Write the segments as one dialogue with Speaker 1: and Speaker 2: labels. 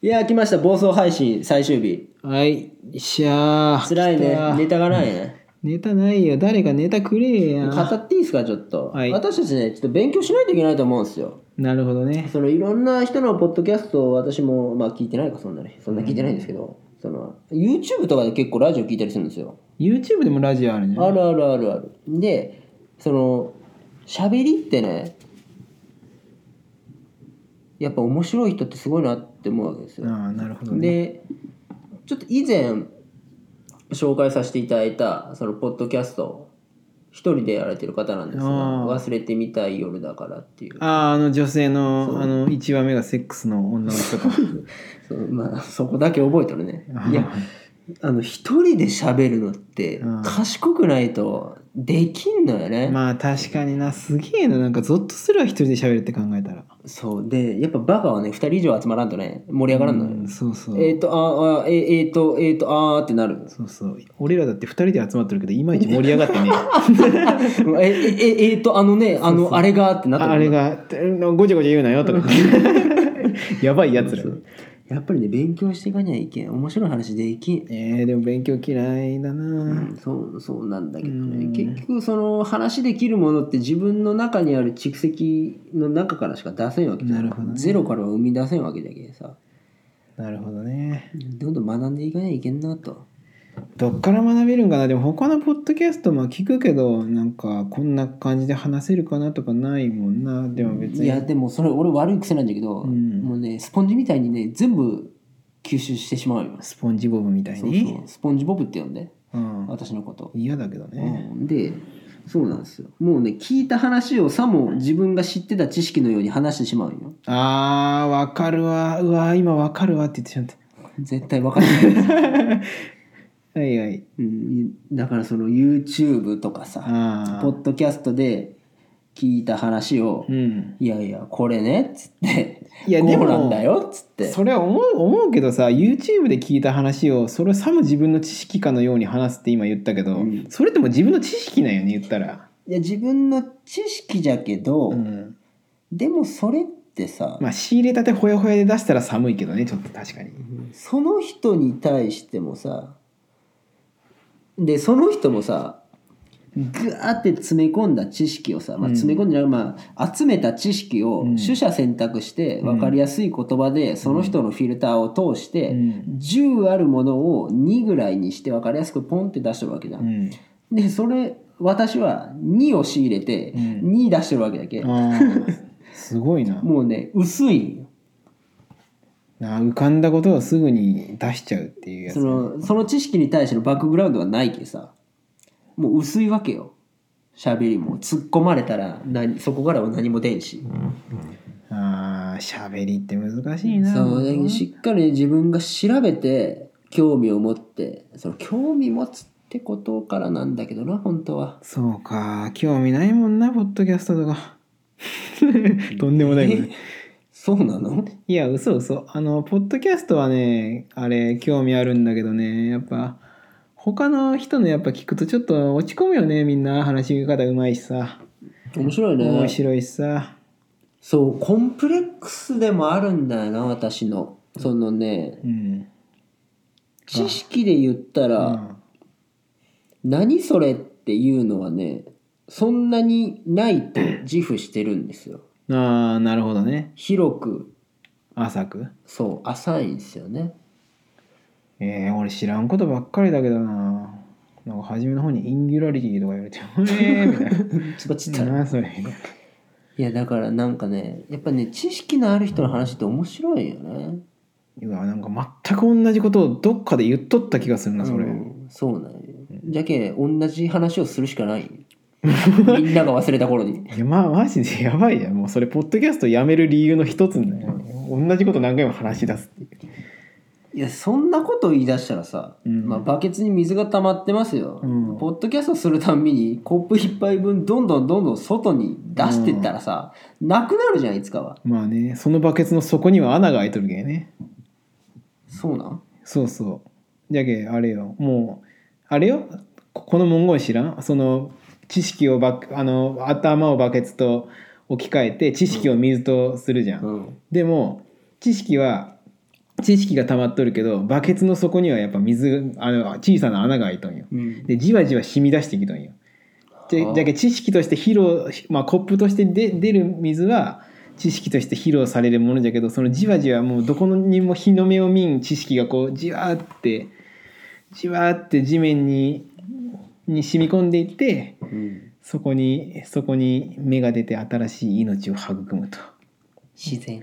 Speaker 1: いやー来ました暴走配信最終日
Speaker 2: はい、しゃー。
Speaker 1: 辛い
Speaker 2: 来
Speaker 1: ね
Speaker 2: た
Speaker 1: ネタがないね
Speaker 2: ネタないよ。誰かネタくれや。
Speaker 1: 語っていいですかちょっと、
Speaker 2: はい
Speaker 1: 私たちねちょっと勉強しないといけないと思うんですよ
Speaker 2: なるほどね。
Speaker 1: そのいろんな人のポッドキャストを私もまあ聞いてないかそんなにそんな聞いてないんですけど、その YouTube とかで結構ラジオ聞いたりするんですよ、
Speaker 2: YouTube でもラジオあるね。
Speaker 1: あるあるあるあるでその喋りってねやっぱ面白い人ってすごいなって思うわけですよ、
Speaker 2: ああ、なるほどね。
Speaker 1: でちょっと以前紹介させていただいたそのポッドキャスト一人でやられてる方なんですが「
Speaker 2: あー
Speaker 1: 忘れてみたい夜だから」っていう
Speaker 2: ああ、あの女性
Speaker 1: そう
Speaker 2: の、あの、1話目がセックスの女の人 か。
Speaker 1: そうまあそこだけ覚えてるねいやあの一人で喋るのって
Speaker 2: うん
Speaker 1: 賢くないとできんのよね、
Speaker 2: まあ確かにな、すげえな。なんかゾッとするわ、一人で喋るって考えたら。
Speaker 1: そうでやっぱバカはね二人以上集まらんとね盛り上がらんのよ、
Speaker 2: うんそうそう。
Speaker 1: えっ、とあーあーえーえーとえっ、とあーってなる
Speaker 2: そうそう。俺らだって2人で集まってるけど、いま いち盛り上がってね。
Speaker 1: ええええーとあのねあのあれがーってなってる
Speaker 2: ああれが、てごちゃごちゃ言うなよとか。 やばいやつら
Speaker 1: そ。う やっぱりね勉強していかにゃいけん面白い話できん、
Speaker 2: えー、でも勉強嫌いだな。
Speaker 1: そうそうなんだけど
Speaker 2: う
Speaker 1: ね
Speaker 2: ん
Speaker 1: 結局その話できるものって自分の中にある蓄積の中からしか出せんわけじゃん
Speaker 2: なるほどね
Speaker 1: ゼロからは生み出せんわけだけどさ
Speaker 2: なるほどね。
Speaker 1: どんどん学んでいかにゃいけんなと
Speaker 2: どっから学べるんかなでも他のポッドキャストも聞くけどなんかこんな感じで話せるかなとかないもんなでも別
Speaker 1: い
Speaker 2: に
Speaker 1: やでもそれ俺悪い癖なんだけど、
Speaker 2: うん
Speaker 1: もうねスポンジみたいにね全部吸収してしまうよ
Speaker 2: スポンジボブみたい
Speaker 1: そう
Speaker 2: に
Speaker 1: そうスポンジボブって呼んで
Speaker 2: うん
Speaker 1: 私のこと
Speaker 2: 嫌だけどね、
Speaker 1: うんでそうなんですよもうね聞いた話をさも自分が知ってた知識のように話してしまうよ
Speaker 2: あーわかるわうわー今わかるわって言ってしまっ
Speaker 1: 絶対分かん ない、
Speaker 2: たはいはい
Speaker 1: うん、だからその YouTube とかさ
Speaker 2: あ
Speaker 1: ポ
Speaker 2: あ
Speaker 1: ッドキャストで聞いた話を「
Speaker 2: うん
Speaker 1: いやいやこれね」っつって「
Speaker 2: いや
Speaker 1: こ
Speaker 2: で
Speaker 1: う
Speaker 2: も
Speaker 1: なんだよ」っつって
Speaker 2: それは思う思うけどさ YouTube で聞いた話をそれをさも自分の知識かのように話すって今言ったけど、
Speaker 1: うん
Speaker 2: それってもう自分の知識なんよね言ったら、
Speaker 1: いや自分の知識じゃけど、
Speaker 2: うん、
Speaker 1: でもそれってさ、
Speaker 2: まあ仕入れたてほやほやで出したら寒いけどねちょっと確かに
Speaker 1: その人に対してもさでその人もさぐわーって詰め込んだ知識をさ、まあ、
Speaker 2: うん
Speaker 1: 詰め込んでない、まあ、集めた知識を
Speaker 2: うん
Speaker 1: 取捨選択して分かりやすい言葉でその人のフィルターを通して
Speaker 2: うん
Speaker 1: 10あるものを2ぐらいにして分かりやすくポンって出してるわけじゃ。
Speaker 2: うんん
Speaker 1: でそれ私は2を仕入れて
Speaker 2: うん
Speaker 1: 2出してるわけだけ、
Speaker 2: あーすごいな
Speaker 1: もうね薄いんよ
Speaker 2: な浮かんだことをすぐに出しちゃうっていうやつ
Speaker 1: そのその知識に対してのバックグラウンドがないけさもう薄いわけよ喋りも突っ込まれたら何そこからは何も出んし、
Speaker 2: ああ喋りって難しいな
Speaker 1: そう
Speaker 2: 本当
Speaker 1: しっかりね自分が調べて興味を持ってその興味持つってことからなんだけどな本当は
Speaker 2: そうか興味ないもんなポッドキャスト とかとんでもないこと
Speaker 1: えそうなの
Speaker 2: いや嘘嘘あのポッドキャストはねあれ興味あるんだけどねやっぱ他の人のやっぱ聞くとちょっと落ち込むよねみんな話し方うまいしさ
Speaker 1: 面白いね
Speaker 2: 面白いしさ
Speaker 1: そうコンプレックスでもあるんだよな私のそのね
Speaker 2: うん
Speaker 1: 知識で言ったら、何それっていうのはねそんなにないと自負してるんですよ
Speaker 2: うんああなるほどね
Speaker 1: 広く
Speaker 2: 浅く
Speaker 1: そう浅いんですよね
Speaker 2: えー、俺知らんことばっかりだけどななんか初めの方に「インギュラリティ」とか言われて 「えー」みたいな
Speaker 1: つばちっ
Speaker 2: 「
Speaker 1: たら
Speaker 2: なあそれ」みたいない
Speaker 1: やだからなんかねやっぱね知識のある人の話って面白いよね
Speaker 2: うわなんか全く同じことをどっかで言っとった気がするなそれ、
Speaker 1: うんそうなんよじゃけ同じ話をするしかない みんなが忘れた頃に
Speaker 2: いやまあマジでやばいじゃんもうそれポッドキャストやめる理由の一つだよ同じこと何回も話し出すっていう
Speaker 1: いやそんなこと言い出したらさ、
Speaker 2: うん
Speaker 1: まあ、バケツに水が溜まってますよ、
Speaker 2: うん
Speaker 1: ポッドキャストするたんびにコップ一杯分どんどんどんどん外に出してったらさ、なくなるじゃんいつかは
Speaker 2: まあねそのバケツの底には穴が開いとるけんね
Speaker 1: そうなん
Speaker 2: そうそうじゃけあれよもうあれよここの文言知らんその知識をバあの頭をバケツと置き換えて知識を水とするじゃん、
Speaker 1: うん
Speaker 2: でも知識は知識が溜まっとるけどバケツの底にはやっぱ水あの小さな穴が開いとんよでじわじわ染み出してきとんよじ
Speaker 1: は
Speaker 2: ゃ
Speaker 1: あ
Speaker 2: じゃけ知識として披露、まあ、コップとしてで出る水は知識として披露されるものじゃけどそのじわじわもうどこにも日の目を見ん知識がこうじわーってじわーって地面にに染み込んでいって
Speaker 1: うん
Speaker 2: そこにそこに芽が出て新しい命を育むと。
Speaker 1: 自然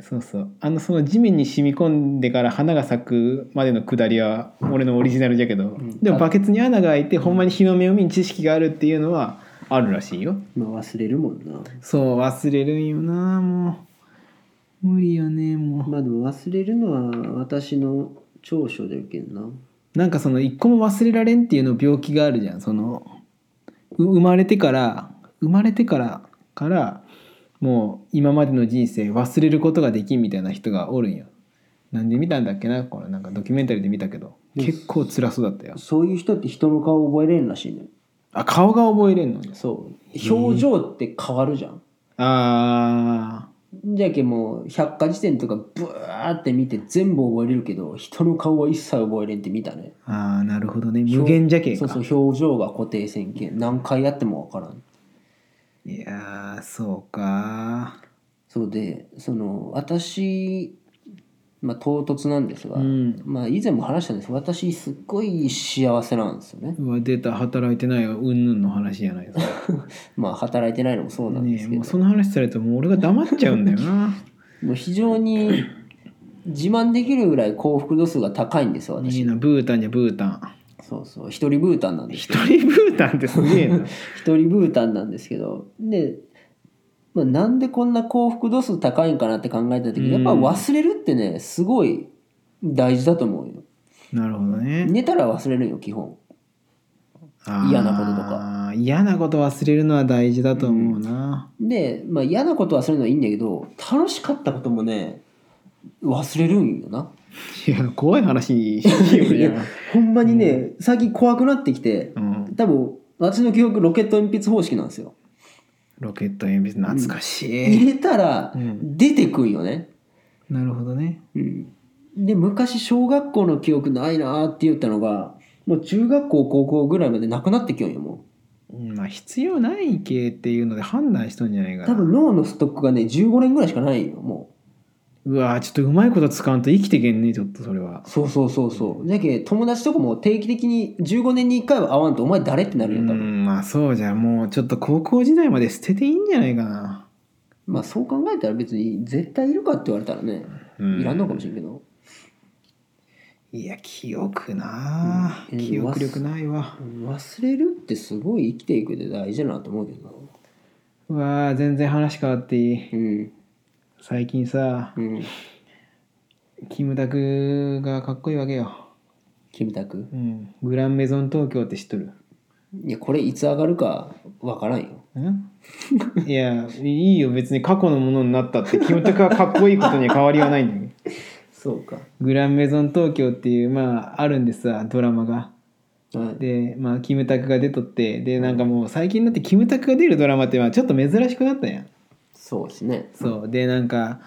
Speaker 2: そうそうあのその地面に染み込んでから花が咲くまでのくだりは俺のオリジナルじゃけど、
Speaker 1: ん
Speaker 2: でもバケツに穴が開いてほんまに日の目を見に知識があるっていうのはあるらしいよ
Speaker 1: まあ忘れるもんな
Speaker 2: そう忘れるんよなもう無理よねもう、
Speaker 1: まあでも忘れるのは私の長所だけどな
Speaker 2: なんかその一個も忘れられんっていうの病気があるじゃんそのう生まれてから生まれてからからもう今までの人生忘れることができんみたいな人がおるんよなんで見たんだっけなこれなんかドキュメンタリーで見たけど
Speaker 1: うん
Speaker 2: 結構辛そうだったよ
Speaker 1: そういう人って人の顔覚えれんらしいね
Speaker 2: あ顔が覚えれんのね
Speaker 1: そう表情って変わるじゃん
Speaker 2: あ
Speaker 1: じゃけもう百科事典とかブワーって見て全部覚えれるけど人の顔は一切覚えれんって見たね
Speaker 2: ーあーなるほどね無限じゃけえ
Speaker 1: そ
Speaker 2: か
Speaker 1: うそう表情が固定線形何回やっても分からん
Speaker 2: いやーそうか
Speaker 1: そうでその私まあ唐突なんですが、
Speaker 2: うん
Speaker 1: まあ以前も話したんです私すっごい幸せなんですよね
Speaker 2: うわ出た働いてないうんぬんの話じゃないですか
Speaker 1: まあ働いてないのもそうなんで
Speaker 2: ねえ
Speaker 1: すけど、
Speaker 2: もうその話されるともう俺が黙っちゃうんだよな
Speaker 1: もう非常に自慢できるぐらい幸福度数が高いんですよ
Speaker 2: い
Speaker 1: 私
Speaker 2: いなブータンじゃブータン
Speaker 1: そうそう一人ブータンなんです
Speaker 2: 一人ブータンってすげえ な
Speaker 1: 一人ブータンなんですけどで、まあ、なんでこんな幸福度数高いんかなって考えた時にやっぱ忘れるってねすごい大事だと思うよ
Speaker 2: なるほどね
Speaker 1: 寝たら忘れるよ基本
Speaker 2: あー
Speaker 1: 嫌なこととか
Speaker 2: 嫌なこと忘れるのは大事だと思うな、
Speaker 1: で、まあ、嫌なことはするのはいいんだけど楽しかったこともね忘れるんよない
Speaker 2: や怖い話しよう
Speaker 1: い
Speaker 2: や
Speaker 1: やほんまにね、最近怖くなってきて
Speaker 2: うん、
Speaker 1: 多分私の記憶ロケット鉛筆方式なんですよ
Speaker 2: ロケット鉛筆懐かしい、
Speaker 1: 入れたら
Speaker 2: うん
Speaker 1: 出てくんよね、
Speaker 2: なるほどね
Speaker 1: うんで昔小学校の記憶ないなーって言ったのがもう中学校高校ぐらいまでなくなってきよんよも
Speaker 2: まあ必要ない系っていうので判断しとんじゃないうか
Speaker 1: 多
Speaker 2: な
Speaker 1: 分脳のストックがね15年ぐらいしかないよもう
Speaker 2: うわーちょっとうまいこと使わんと生きてけんねちょっとそれは
Speaker 1: そうそうそうそうじゃけ友達とかも定期的に15年に1回は会わんとお前誰ってな
Speaker 2: う
Speaker 1: るよ多分、
Speaker 2: んまあそうじゃもうちょっと高校時代まで捨てていいんじゃないかな
Speaker 1: まあそう考えたら別に絶対いるかって言われたらね、
Speaker 2: うん
Speaker 1: いらんのかもしれんけど、
Speaker 2: いや記憶なあ、
Speaker 1: うん
Speaker 2: 記憶力ないわ
Speaker 1: 忘れるってすごい生きていくで大事だなと思うけどな
Speaker 2: うわあ全然話変わっていい
Speaker 1: うん
Speaker 2: 最近さ
Speaker 1: うん
Speaker 2: キムタクがかっこいいわけよ、
Speaker 1: キムタク
Speaker 2: うん、グランメゾン東京って知っとる
Speaker 1: いやこれいつ上がるかわからんよ
Speaker 2: ん いやいいよ別に過去のものになったってキムタクはかっこいいことには変わりはないんだけど
Speaker 1: そうか
Speaker 2: グランメゾン東京っていうまああるんですわドラマが
Speaker 1: はい
Speaker 2: でまあキムタクが出とってでなんかもう最近になってキムタクが出るドラマってまあちょっと珍しくなったやん
Speaker 1: そうですね
Speaker 2: そうでなんか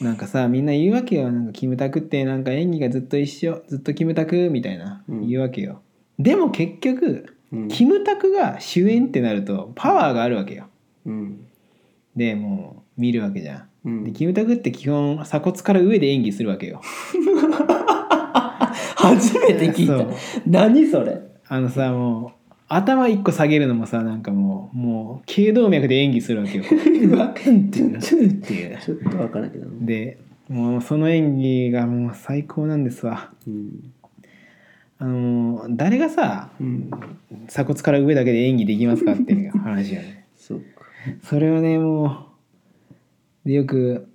Speaker 2: なんかさみんな言うわけよなんかキムタクってなんか演技がずっと一緒ずっとキムタクみたいな
Speaker 1: うん
Speaker 2: 言うわけよ、でも結局
Speaker 1: うん
Speaker 2: キムタクが主演ってなるとパワーがあるわけよ
Speaker 1: うん
Speaker 2: でもう見るわけじゃん
Speaker 1: うん
Speaker 2: でキムタクって基本鎖骨から上で演技するわけよ
Speaker 1: 初めて聞い
Speaker 2: そう
Speaker 1: た何それ
Speaker 2: あのさもう頭一個下げるのもさなんかもうもう頸動脈で演技するわ けよこううわうんっていううんっていう
Speaker 1: ちょっとわからんけどな
Speaker 2: でもうその演技がもう最高なんですわ
Speaker 1: うん
Speaker 2: あのー誰がさ
Speaker 1: うん
Speaker 2: 鎖骨から上だけで演技できますかっていう話よね
Speaker 1: そうか
Speaker 2: それをねもうでよく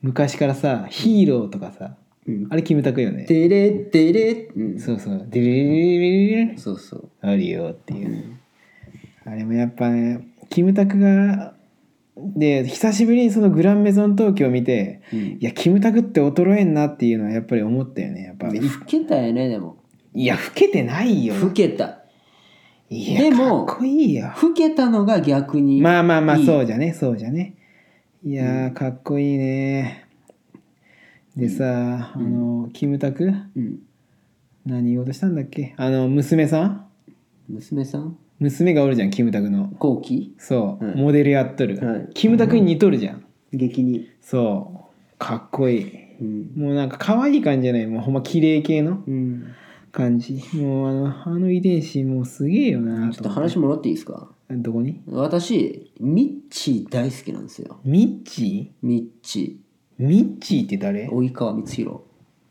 Speaker 2: 昔からさヒーローとかさ
Speaker 1: うん
Speaker 2: あれキムタクよね
Speaker 1: てれてれうん
Speaker 2: そうそうデレレレレレ
Speaker 1: そうそう
Speaker 2: あるよっていうあれもやっぱねキムタクがで久しぶりにそのグランメゾン東京を見て
Speaker 1: うん
Speaker 2: いやキムタクって衰えんなっていうのはやっぱり思ったよねやっぱい
Speaker 1: 老けたよねでも
Speaker 2: いや老けてないよ
Speaker 1: 老けた
Speaker 2: いや
Speaker 1: でも
Speaker 2: かっこいいよ
Speaker 1: 老けたのが逆に
Speaker 2: まあまあまあ
Speaker 1: いい
Speaker 2: そうじゃねそうじゃねいやーかっこいいねでさ、あのキムタク
Speaker 1: うん
Speaker 2: 何言おうとしたんだっけあの娘さん
Speaker 1: 娘さん
Speaker 2: 娘がおるじゃんキムタクの
Speaker 1: 後期
Speaker 2: そう、
Speaker 1: はい
Speaker 2: モデルやっとる、
Speaker 1: はい
Speaker 2: キムタクに似とるじゃん、
Speaker 1: 激に
Speaker 2: そうかっこいい
Speaker 1: うん、
Speaker 2: もうなんか可愛い感じじゃないもうほんま綺麗系の
Speaker 1: うん、
Speaker 2: 感じもうあのあの遺伝子もうすげえよな
Speaker 1: ちょっ
Speaker 2: と
Speaker 1: と
Speaker 2: 思
Speaker 1: 話もらっていいですか
Speaker 2: ってどこに
Speaker 1: 私ミッチー大好きなんですよ
Speaker 2: ミッチ
Speaker 1: ミッチ
Speaker 2: ーミッチーって誰
Speaker 1: ー及川光弘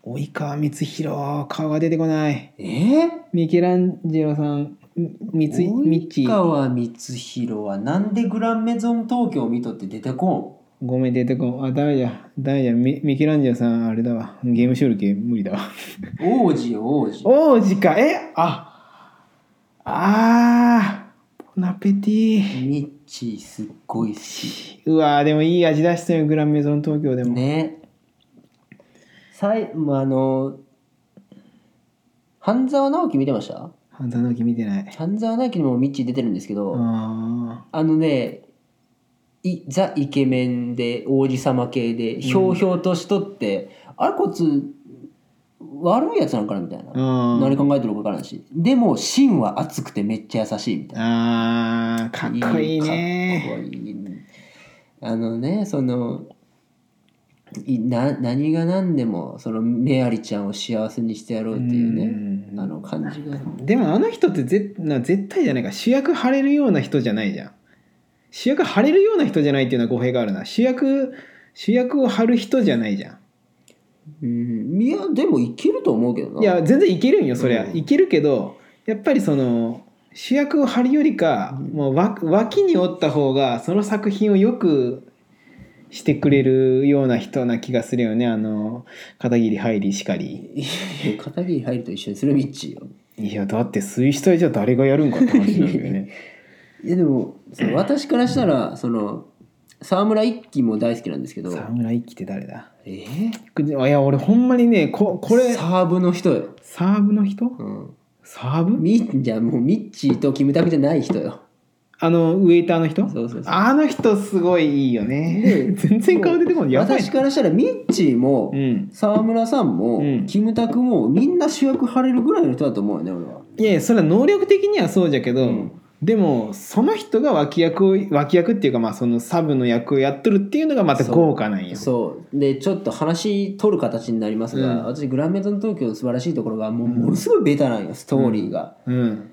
Speaker 2: 及川光弘顔が出てこない
Speaker 1: えー、
Speaker 2: ミケランジェロさんみつミッチ
Speaker 1: 及
Speaker 2: ー
Speaker 1: 川光弘はなんでグランメゾン東京見とって出てこ
Speaker 2: ごめん出てこんあダメじゃダメじゃミミケランジェロさんあれだわゲームショール系無理 だわ
Speaker 1: ん王子よ王子
Speaker 2: 王子かえああーボナペティ
Speaker 1: ミッチーすっごい好き
Speaker 2: うわーでもいい味出したよグランメゾン東京でも、
Speaker 1: ねさいまああの半沢直樹見てました
Speaker 2: 半沢直樹見てない
Speaker 1: 半沢直樹にもミッチー出てるんですけど、
Speaker 2: あ
Speaker 1: あのねいザ・イケメンで王子様系でひょうひょうとしとって、あれこいつ悪いやつなんかなみたいな、
Speaker 2: うん
Speaker 1: 何考えてるか分からんしでも芯は熱くてめっちゃ優しいみたいな
Speaker 2: あーかっこいいね
Speaker 1: いいかっこいいあのねそのいな何が何でもそのメアリちゃんを幸せにしてやろうっていうね
Speaker 2: うん
Speaker 1: あの感じが
Speaker 2: でもあの人ってぜな絶対じゃないか主役張れるような人じゃないじゃん主役張れるような人じゃないっていうのは語弊があるな主役主役を張る人じゃないじゃ
Speaker 1: うんいやでもいけると思うけどなん
Speaker 2: いや全然いけるんよそりゃ、
Speaker 1: うん
Speaker 2: いけるけどやっぱりその主役を張るよりか、もうわ脇におった方がその作品をよくしてくれるような人な気がするよねあの片桐入りしかり。
Speaker 1: いやいや片桐入ると一緒にするミッチーよ
Speaker 2: いやだって水死体じゃ誰がやるんかって話になるよ ね
Speaker 1: いやでもその私からしたらその沢村一樹も大好きなんですけど
Speaker 2: 沢村一樹って誰だ
Speaker 1: えー
Speaker 2: いや俺ほんまにねここれ
Speaker 1: サーブの人よ、
Speaker 2: サーブの人
Speaker 1: うん、
Speaker 2: サーブ
Speaker 1: みじゃあもうミッチーとキムタクじゃない人よ
Speaker 2: あのウェイターの人
Speaker 1: そうそうそう
Speaker 2: あの人すごいいいよね全然顔出てこないやばい
Speaker 1: 私
Speaker 2: な
Speaker 1: からしたらミッチーも
Speaker 2: うん
Speaker 1: 沢村さんも、
Speaker 2: うん
Speaker 1: キムタクもみんな主役張れるぐらいの人だと思うよね俺はい
Speaker 2: やいやそれは能力的にはそうじゃけど、
Speaker 1: ん
Speaker 2: でもその人が脇役を脇役っていうかまあそのサブの役をやっとるっていうのがまた豪華なんよ
Speaker 1: そうでちょっと話取る形になりますが、
Speaker 2: うん
Speaker 1: 私グランメゾン東京の素晴らしいところがもうものすごいベタなんよストーリーが、
Speaker 2: うん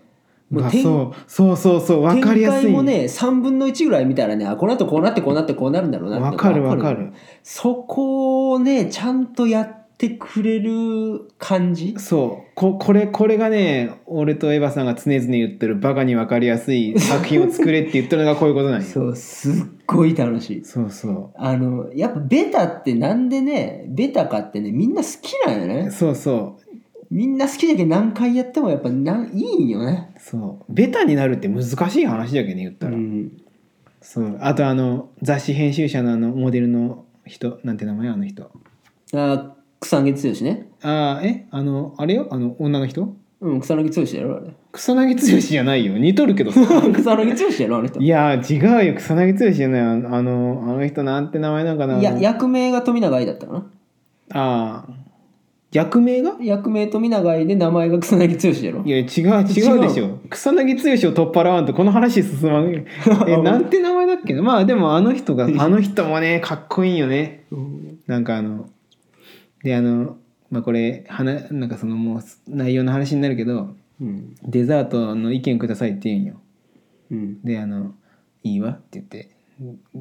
Speaker 1: もう
Speaker 2: まあ
Speaker 1: 展
Speaker 2: そうそうそうそう分かりやす
Speaker 1: 展開
Speaker 2: い
Speaker 1: もね3分の1ぐらい見たらねあこの後こうなってこうなってこうなるんだろうなって
Speaker 2: 分かる分か
Speaker 1: わ
Speaker 2: る
Speaker 1: そこをねちゃんとやってくれる感じ
Speaker 2: そうここれこれがね俺とエヴァさんが常々言ってるバカに分かりやすい作品を作れって言ってるのがこういうことなんよ
Speaker 1: そうすっごい楽しい
Speaker 2: そうそ
Speaker 1: あのやっぱベタってなんでねベタかってねみんな好きなんよ
Speaker 2: う
Speaker 1: ね
Speaker 2: そうそう
Speaker 1: みんな好きだけど何回やってもやっぱなんいいんよね
Speaker 2: そうベタになるって難しい話だけどね言った
Speaker 1: う
Speaker 2: ら、
Speaker 1: ん
Speaker 2: そうあとあの雑誌編集者のあのモデルの人なんて名前あの人
Speaker 1: あ草薙剛ね
Speaker 2: ああえあのあれよあの女の人
Speaker 1: うん草薙剛やろあれ
Speaker 2: 草薙剛じゃないよ似とるけどさ
Speaker 1: 草薙剛やろあの人
Speaker 2: いやー違うよ草薙剛じゃないあのあのあの人なんて名前なのかない
Speaker 1: や役名が富永愛だったかな
Speaker 2: ああ役名が
Speaker 1: 役名富永愛で名前が草薙剛やろ
Speaker 2: いや違う違うでしょ草薙剛を取っ払わんとこの話進まん えなんて名前だっけなまあでもあの人があの人もねかっこいいよね
Speaker 1: うん
Speaker 2: なんかあのであのまあこれ話なんかそのもう内容の話になるけど
Speaker 1: うん
Speaker 2: デザートの意見くださいって言うんよ
Speaker 1: うん
Speaker 2: であの「いいわ」って言って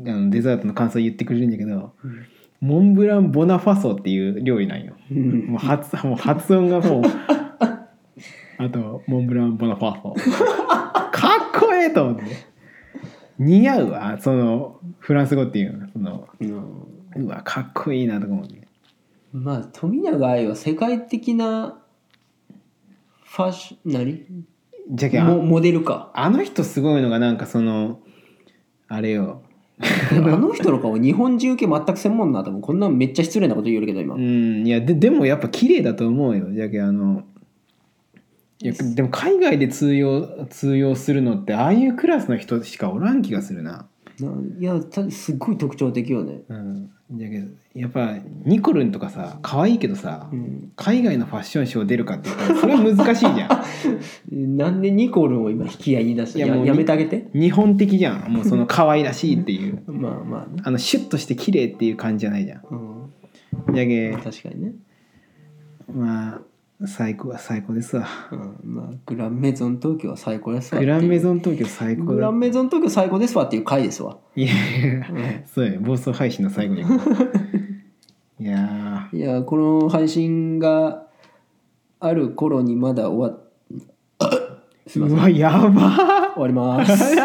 Speaker 2: あのデザートの感想言ってくれるんだけど、
Speaker 1: ん
Speaker 2: モンブランボナファソっていう料理なんよ
Speaker 1: うん
Speaker 2: もう発もう発音が もうあとモンブランボナファソかっこええと思って似合うわそのフランス語っていうのその
Speaker 1: うん
Speaker 2: うわかっこいいなとか思って
Speaker 1: まあ富永愛は世界的なファッション
Speaker 2: じゃけん
Speaker 1: 何モ
Speaker 2: あ
Speaker 1: モデルか
Speaker 2: あの人すごいのがなんかそのあれよ
Speaker 1: あの人の顔日本人受け全く専門な多分こんなんめっちゃ失礼なこと言えるけど今、
Speaker 2: うんいやででもやっぱ綺麗だと思うよじゃけあのいやでも海外で通用通用するのってああいうクラスの人しかおらん気がするな、
Speaker 1: ないやたすっごい特徴的よね
Speaker 2: うん、だけどやっぱニコルンとかさ可愛いけどさ、
Speaker 1: うん
Speaker 2: 海外のファッションショー出るかって言ったらそれは難しいじ ゃん
Speaker 1: なんでニコルンを今引き合いに出した
Speaker 2: いや
Speaker 1: や
Speaker 2: もう
Speaker 1: やめてあげて
Speaker 2: 日本的じゃんもうその可愛らしいっていう
Speaker 1: まあまあね、
Speaker 2: あのシュッとして綺麗っていう感じじゃないじゃん
Speaker 1: うん、
Speaker 2: じゃけ
Speaker 1: 確かにね、
Speaker 2: まあ最高は最高ですわ
Speaker 1: うん、まあグランメゾン東京は最高ですわ
Speaker 2: グランメ
Speaker 1: ン
Speaker 2: ゾン東京最高
Speaker 1: グラ
Speaker 2: だ
Speaker 1: ンメゾン東京最高ですわっていう回ですわ
Speaker 2: いやいやそうよ暴走配信の最後にいや
Speaker 1: いやこの配信がある頃にまだ終わ
Speaker 2: ーうわやばー
Speaker 1: 終わります